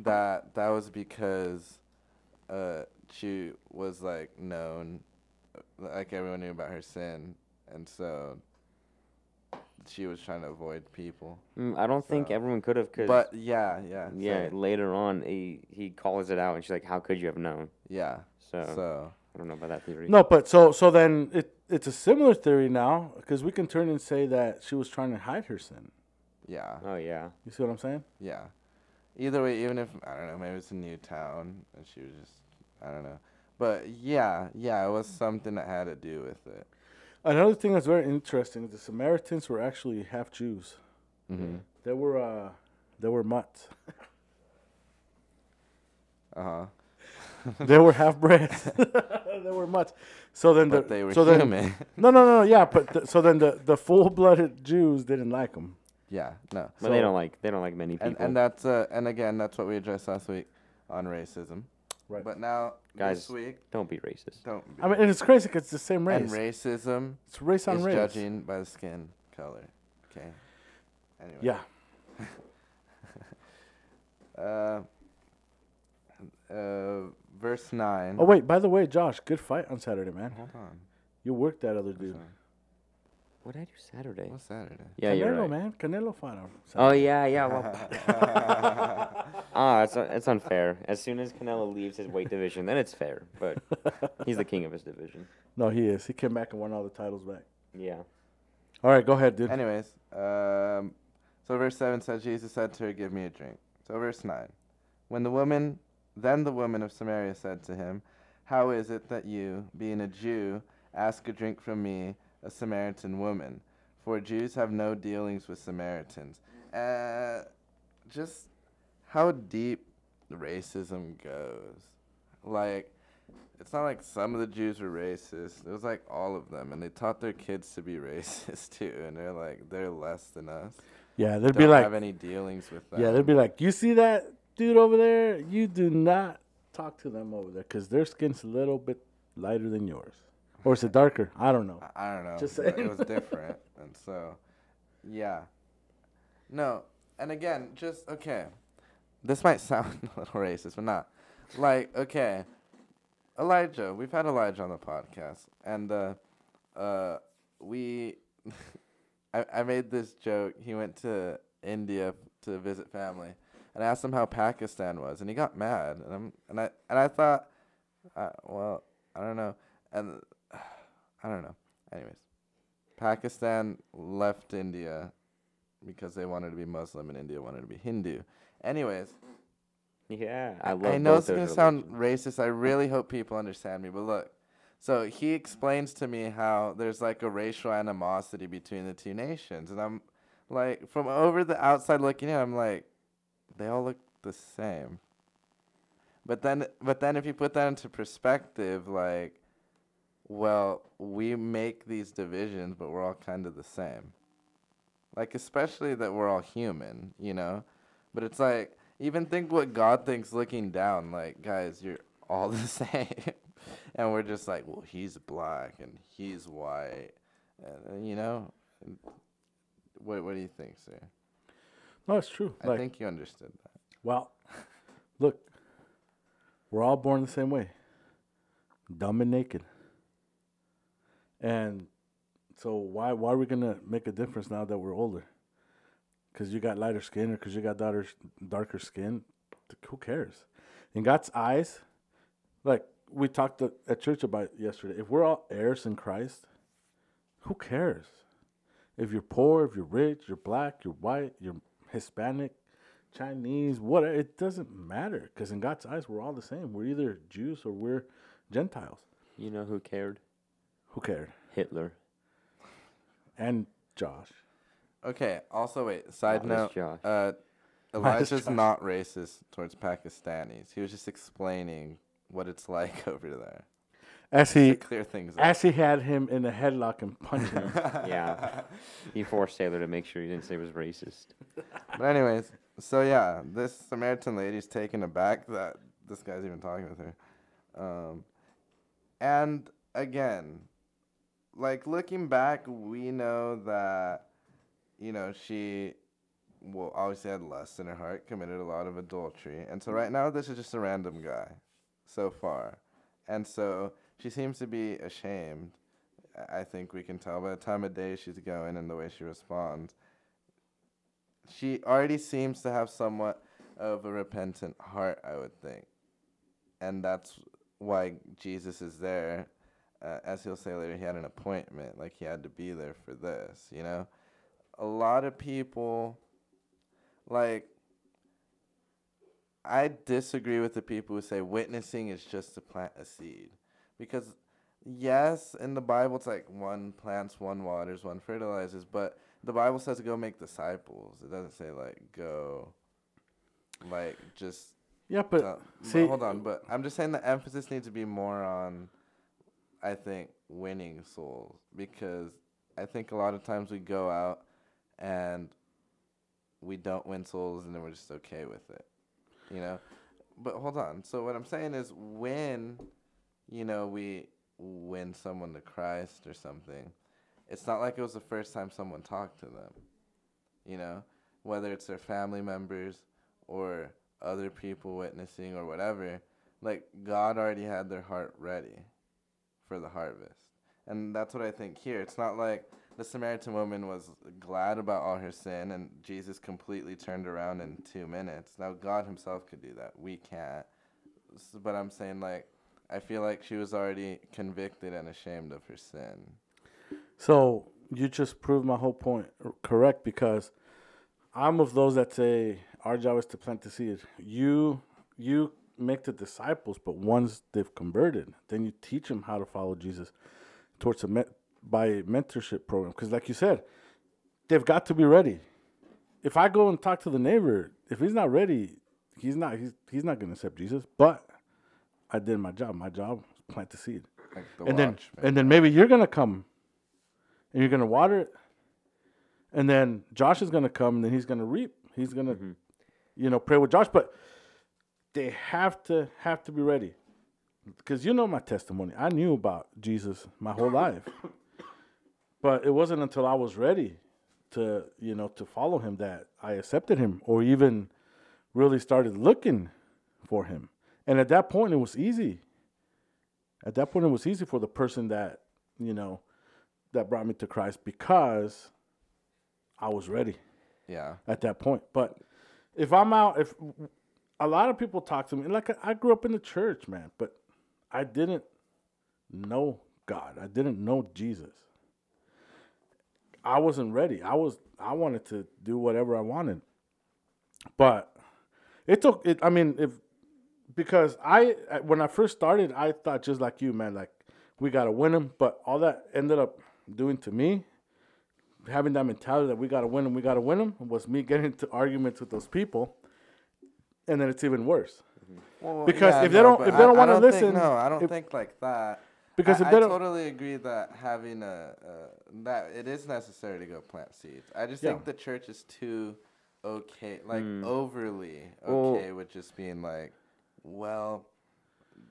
[SPEAKER 3] that that was because uh, she was like known, like everyone knew about her sin, and so she was trying to avoid people.
[SPEAKER 1] Mm, I don't think
[SPEAKER 3] So-
[SPEAKER 1] everyone could have, cause
[SPEAKER 3] But yeah, yeah,
[SPEAKER 1] yeah,
[SPEAKER 3] so-
[SPEAKER 1] later on he he calls it out, and she's like, "How could you have known?"
[SPEAKER 3] yeah.
[SPEAKER 1] So,
[SPEAKER 3] So
[SPEAKER 1] I don't know about that theory.
[SPEAKER 2] No, but so so then it it's a similar theory now because we can turn and say that she was trying to hide her sin.
[SPEAKER 3] yeah,
[SPEAKER 1] Oh yeah,
[SPEAKER 2] You see what I'm saying?
[SPEAKER 3] yeah. Either way, even if I don't know, maybe it's a new town and she was just I don't know. But yeah, yeah, it was something that had to do with it.
[SPEAKER 2] Another thing that's very interesting is the Samaritans were actually half Jews.
[SPEAKER 3] Mm-hmm.
[SPEAKER 2] They were uh they were mutts.
[SPEAKER 3] Uh huh.
[SPEAKER 2] they were half breds. they were mutts. So then
[SPEAKER 3] But
[SPEAKER 2] the,
[SPEAKER 3] they were
[SPEAKER 2] so then,
[SPEAKER 3] human.
[SPEAKER 2] No, no, no, no, yeah, but the, so then the the full blooded Jews didn't like them.
[SPEAKER 3] yeah, no.
[SPEAKER 1] but they
[SPEAKER 2] So-
[SPEAKER 1] don't like they don't like many people.
[SPEAKER 3] And and that's uh, and again that's what we addressed last week on racism.
[SPEAKER 2] Right.
[SPEAKER 3] But now
[SPEAKER 1] Guys,
[SPEAKER 3] this week
[SPEAKER 1] don't be racist.
[SPEAKER 3] don't be
[SPEAKER 2] I mean, and it's crazy 'cause it's the same race.
[SPEAKER 3] and racism
[SPEAKER 2] it's race on
[SPEAKER 3] is
[SPEAKER 2] race.
[SPEAKER 3] judging by the skin color. Okay. Anyway.
[SPEAKER 2] Yeah.
[SPEAKER 3] Uh, uh, verse 9.
[SPEAKER 2] Oh wait, by the way, Josh, good fight on Saturday, man.
[SPEAKER 3] Hold on.
[SPEAKER 2] You worked that other dude.
[SPEAKER 1] What did I do Saturday?
[SPEAKER 3] What's Saturday?
[SPEAKER 1] Yeah,
[SPEAKER 2] Canelo,
[SPEAKER 1] you're right.
[SPEAKER 2] man. Canelo fought him.
[SPEAKER 1] Oh yeah, yeah. Well, ah, it's it's unfair. As soon as Canelo leaves his weight division, then it's fair. But he's the king of his division.
[SPEAKER 2] No, he is. He came back and won all the titles back.
[SPEAKER 1] Yeah.
[SPEAKER 2] All right, go ahead, dude.
[SPEAKER 3] Anyways, um, so verse 7 says, Jesus said to her, Give me a drink. So verse 9. When the woman, then the woman of Samaria said to him, How is it that you, being a Jew, ask a drink from me, a Samaritan woman? For Jews have no dealings with Samaritans. Uh, just how deep racism goes. Like, it's not like some of the Jews were racist. It was like all of them, and they taught their kids to be racist too. And they're like, they're less than us.
[SPEAKER 2] yeah, they'd
[SPEAKER 3] Don't
[SPEAKER 2] be like,
[SPEAKER 3] have any dealings with them.
[SPEAKER 2] yeah, they'd be like, you see that dude over there? You do not talk to them over there because their skin's a little bit lighter than yours, or is it darker? I don't know.
[SPEAKER 3] I- I don't know.
[SPEAKER 2] Just
[SPEAKER 3] but
[SPEAKER 2] saying.
[SPEAKER 3] It was different, and so, yeah. No, and again, just okay. This might sound a little racist, but not. Like, okay, Elijah. We've had Elijah on the podcast, and uh, uh, we, I, I made this joke. He went to India to visit family, and I asked him how Pakistan was, and he got mad, and I'm, and I, and I thought, uh, well, I don't know, and I don't know. Anyways, Pakistan left India because they wanted to be Muslim, and India wanted to be Hindu. Anyways,
[SPEAKER 1] Yeah. I love.
[SPEAKER 3] I know
[SPEAKER 1] both
[SPEAKER 3] it's gonna
[SPEAKER 1] those
[SPEAKER 3] sound
[SPEAKER 1] religions.
[SPEAKER 3] racist. I really hope people understand me, but look. So he explains to me how there's like a racial animosity between the two nations, and I'm like, from over the outside looking in, I'm like, they all look the same. But then, but then if you put that into perspective, like, well, we make these divisions, but we're all kind of the same. Like, especially that we're all human, you know? But it's like, even think what God thinks looking down. Like, guys, you're all the same. and we're just like, well, he's black and he's white. And, uh, you know? And What, what do you think, sir?
[SPEAKER 2] No, it's true.
[SPEAKER 3] I
[SPEAKER 2] like,
[SPEAKER 3] think you understood that.
[SPEAKER 2] well, look, we're all born the same way, dumb and naked, and so why why are we gonna make a difference now that we're older? Because you got lighter skin or because you got darker darker skin, th- who cares? In God's eyes, like we talked at, at church about it yesterday, if we're all heirs in Christ, who cares? If you're poor, if you're rich, you're black, you're white, you're Hispanic, Chinese, whatever, it doesn't matter. Because in God's eyes, we're all the same. We're either Jews or we're Gentiles.
[SPEAKER 1] You know who cared?
[SPEAKER 2] Who cared?
[SPEAKER 1] Hitler.
[SPEAKER 2] And Josh.
[SPEAKER 3] Okay, also, wait, side
[SPEAKER 1] Minus
[SPEAKER 3] note.
[SPEAKER 1] Josh.
[SPEAKER 3] Uh,
[SPEAKER 2] Minus
[SPEAKER 3] Elijah's
[SPEAKER 2] Josh.
[SPEAKER 3] not racist towards Pakistanis. He was just explaining what it's like over there.
[SPEAKER 2] As he
[SPEAKER 3] To clear things up.
[SPEAKER 2] as he had him in a headlock and punched him.
[SPEAKER 1] Yeah. he forced Taylor to make sure he didn't say it was racist.
[SPEAKER 3] But anyways, so yeah, this Samaritan lady's taken aback that this guy's even talking with her. Um, and again, like looking back, we know that, you know, she well obviously had lust in her heart, committed a lot of adultery. And so right now this is just a random guy so far. And so she seems to be ashamed I- I think we can tell by the time of day she's going and the way she responds. She already seems to have somewhat of a repentant heart, I would think. And that's why Jesus is there. Uh, as he'll say later, he had an appointment. Like, he had to be there for this, you know? A lot of people, like, I disagree with the people who say witnessing is just to plant a seed. Because, yes, in the Bible, it's like one plants, one waters, one fertilizes, but the Bible says go make disciples. It doesn't say, like, go, like, just.
[SPEAKER 2] Yeah, but
[SPEAKER 3] uh, but
[SPEAKER 2] see,
[SPEAKER 3] hold on, but I'm just saying the emphasis needs to be more on, I think, winning souls because I think a lot of times we go out and we don't win souls and then we're just okay with it, you know. But hold on. So what I'm saying is when, you know, we win someone to Christ or something, it's not like it was the first time someone talked to them, you know, whether it's their family members or other people witnessing or whatever, like God already had their heart ready for the harvest. And that's what I think here. It's not like the Samaritan woman was glad about all her sin and Jesus completely turned around in two minutes. Now, God Himself could do that. We can't. S- But I'm saying, like, I feel like she was already convicted and ashamed of her sin.
[SPEAKER 2] So you just proved my whole point r- correct because I'm of those that say our job is to plant the seed. You you make the disciples, but once they've converted, then you teach them how to follow Jesus towards a met, by a mentorship program. Because like you said, they've got to be ready. If I go and talk to the neighbor, if he's not ready, he's not he's, he's not going to accept Jesus. But I did my job. My job was plant the seed
[SPEAKER 3] Like the
[SPEAKER 2] and then
[SPEAKER 3] watchman.
[SPEAKER 2] and then maybe you're gonna come and you're gonna water it and then josh is gonna come and then he's gonna reap he's gonna you know pray with josh but they have to have to be ready because you know my testimony i knew about jesus my whole life but it wasn't until i was ready to you know to follow him that i accepted him or even really started looking for him and at that point it was easy at that point it was easy for the person that you know that brought me to christ because i was ready
[SPEAKER 3] yeah.
[SPEAKER 2] at that point but if i'm out if a lot of people talk to me like i grew up in the church man but i didn't know god i didn't know jesus i wasn't ready i was i wanted to do whatever i wanted but it took it i mean if because I at- when I first started, I thought just like you, man. Like we gotta win them, but all that ended up doing to me, having that mentality that we gotta win them, we gotta win them, was me getting into arguments with those people, and then it's even worse.
[SPEAKER 3] Well,
[SPEAKER 2] Because if they don't-
[SPEAKER 3] but
[SPEAKER 2] if they don't
[SPEAKER 3] I- I
[SPEAKER 2] wanna
[SPEAKER 3] think-
[SPEAKER 2] listen,
[SPEAKER 3] no, I don't
[SPEAKER 2] if-
[SPEAKER 3] think like that.
[SPEAKER 2] because
[SPEAKER 3] I,
[SPEAKER 2] if they
[SPEAKER 3] I
[SPEAKER 2] don't-
[SPEAKER 3] totally agree that having a, a that it is necessary to go plant seeds. I just
[SPEAKER 2] Yeah.
[SPEAKER 3] think the church is too okay, like overly
[SPEAKER 1] Well-
[SPEAKER 3] okay with just being like, well,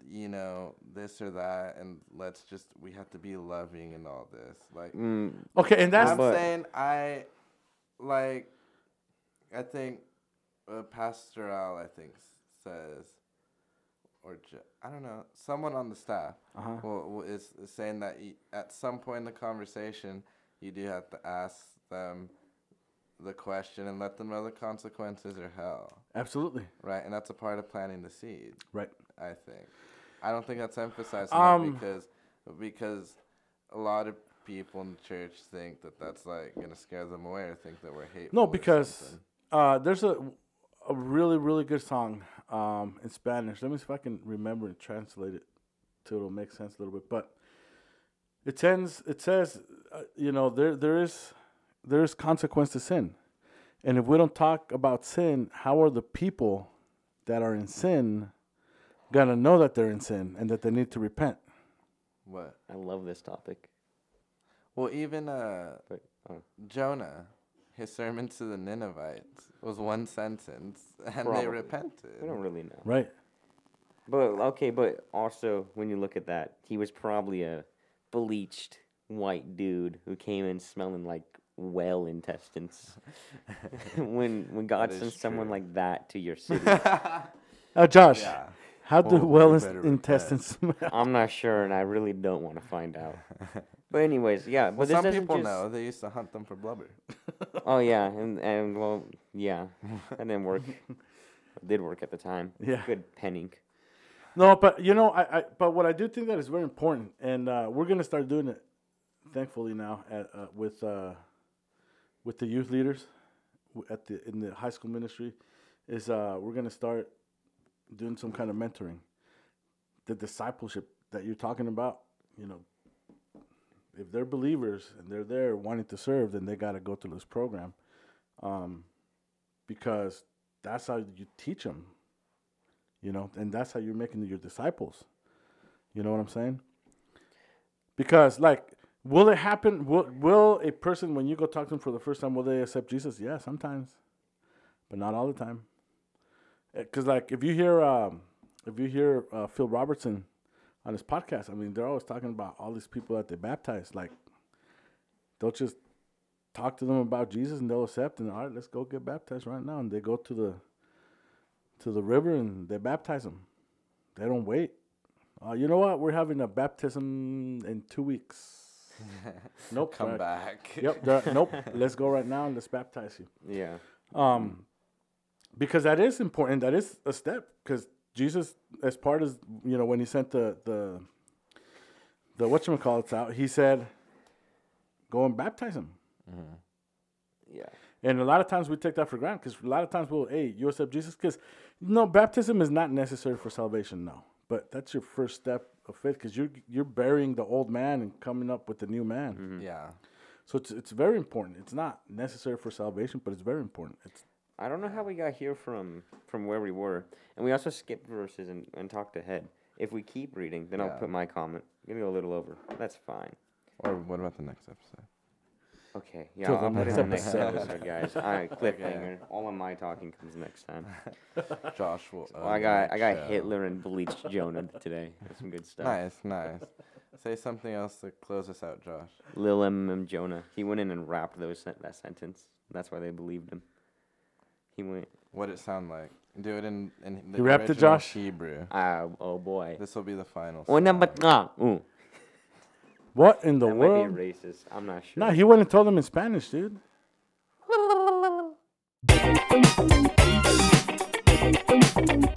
[SPEAKER 3] you know, this or that, and let's just we have to be loving and all this. Like,
[SPEAKER 1] Mm,
[SPEAKER 2] Okay, and that's
[SPEAKER 3] I'm
[SPEAKER 1] But-
[SPEAKER 3] saying I like I think uh, pastoral I think s- says or ju- I don't know someone on the staff
[SPEAKER 2] Uh-huh.
[SPEAKER 3] will, will- is, is saying that you, at some point in the conversation you do have to ask them the question and let them know the consequences or hell
[SPEAKER 2] absolutely
[SPEAKER 3] right and that's a part of planting the seed
[SPEAKER 2] right.
[SPEAKER 3] I think. I don't think that's emphasized enough
[SPEAKER 2] Um,
[SPEAKER 3] because because a lot of people in the church think that that's like gonna scare them away or think that we're hateful.
[SPEAKER 2] No,
[SPEAKER 3] or
[SPEAKER 2] because
[SPEAKER 3] something.
[SPEAKER 2] uh, there's a a really really good song um, in Spanish. Let me see if I can remember and translate it till it'll make sense a little bit. But it tends it says uh, you know there there is there is consequence to sin, and if we don't talk about sin, how are the people that are in sin gonna know that they're in sin and that they need to repent?
[SPEAKER 3] what?
[SPEAKER 1] I love this topic.
[SPEAKER 3] Well, even uh,
[SPEAKER 1] But oh,
[SPEAKER 3] Jonah, his sermon to the Ninevites was one sentence, and
[SPEAKER 1] Probably.
[SPEAKER 3] they repented.
[SPEAKER 1] we don't really know.
[SPEAKER 2] Right.
[SPEAKER 1] But okay, but also when you look at that, he was probably a bleached white dude who came in smelling like whale intestines. when when God
[SPEAKER 3] is
[SPEAKER 1] sends someone
[SPEAKER 3] true.
[SPEAKER 1] like that to your city,
[SPEAKER 2] Now, Josh,
[SPEAKER 3] Yeah.
[SPEAKER 2] how do
[SPEAKER 3] Well,
[SPEAKER 2] well
[SPEAKER 3] you
[SPEAKER 2] is
[SPEAKER 3] better repent.
[SPEAKER 2] intestines smell?
[SPEAKER 1] I'm not sure, and I really don't want to find out. But anyways, yeah. But
[SPEAKER 3] Well,
[SPEAKER 1] this
[SPEAKER 3] some
[SPEAKER 1] doesn't
[SPEAKER 3] people
[SPEAKER 1] just...
[SPEAKER 3] know they used to hunt them for blubber.
[SPEAKER 1] Oh yeah, and and well, yeah, that didn't work. It did work at the time.
[SPEAKER 2] Yeah.
[SPEAKER 1] Good penning.
[SPEAKER 2] No, but you know, I, I but what I do think that is very important, and uh, we're gonna start doing it, thankfully now at, uh, with uh, with the youth leaders w- at the in the high school ministry, is uh, we're gonna start doing some kind of mentoring, the discipleship that you're talking about. You know, if they're believers and they're there wanting to serve, then they gotta go through this program, um, because that's how you teach them you know, and that's how you're making your disciples. You know what I'm saying? Because like, will it happen? Will will a person when you go talk to them for the first time, will they accept Jesus? Yeah, sometimes, but not all the time. Because like, if you hear um, if you hear uh, Phil Robertson on his podcast, I mean, they're always talking about all these people that they baptized. Like, they'll just talk to them about Jesus and they'll accept. And all right, let's go get baptized right now. And they go to the to the river and they baptize them. They don't wait. Uh, you know what? We're having a baptism in two weeks. Nope.
[SPEAKER 3] Come
[SPEAKER 2] right.
[SPEAKER 3] back.
[SPEAKER 2] Yep. they're- Nope. Let's go right now and let's baptize you.
[SPEAKER 1] Yeah.
[SPEAKER 2] Um, because that is important. That is a step. Because Jesus, as part of you know, when he sent the the the whatchamacallits out, he said, "Go and baptize him."
[SPEAKER 1] Yeah.
[SPEAKER 2] And a lot of times we take that for granted because a lot of times we'll, hey, you accept Jesus? Because, no, baptism is not necessary for salvation, no. But that's your first step of faith because you're, you're burying the old man and coming up with the new man.
[SPEAKER 1] Mm-hmm.
[SPEAKER 3] Yeah.
[SPEAKER 2] So it's, it's very important. It's not necessary for salvation, but it's very important. It's,
[SPEAKER 1] I don't know how we got here from from where we were, and we also skipped verses and, and talked ahead. If we keep reading, then I'll
[SPEAKER 3] Yeah.
[SPEAKER 1] put my comment. Give me a little over. That's fine.
[SPEAKER 3] Or what about the next episode?
[SPEAKER 1] Okay. Yeah.
[SPEAKER 2] Till
[SPEAKER 1] I'll
[SPEAKER 2] the
[SPEAKER 1] I'll put it
[SPEAKER 2] next
[SPEAKER 1] in the next
[SPEAKER 2] episode.
[SPEAKER 1] episode, guys. All right. Cliffhanger. All of my talking comes next time.
[SPEAKER 3] Josh will.
[SPEAKER 1] Well, I got I got
[SPEAKER 3] show.
[SPEAKER 1] Hitler and bleached Jonah today. That's some good stuff.
[SPEAKER 3] Nice, nice. Say something else to close us out, Josh.
[SPEAKER 1] Lil M M Jonah. He went in and rapped those sen- that sentence. That's why they believed him. He went.
[SPEAKER 3] What it sound like? Do it in in the
[SPEAKER 2] You rapped it,
[SPEAKER 3] original
[SPEAKER 2] Josh?
[SPEAKER 3] Hebrew.
[SPEAKER 1] Ah, oh boy.
[SPEAKER 3] This will be the final.
[SPEAKER 1] Oh,
[SPEAKER 3] song.
[SPEAKER 1] number ah, ooh.
[SPEAKER 2] what in the
[SPEAKER 1] That might
[SPEAKER 2] world?
[SPEAKER 1] be racist. I'm not sure.
[SPEAKER 2] No, he went and told them in Spanish, dude.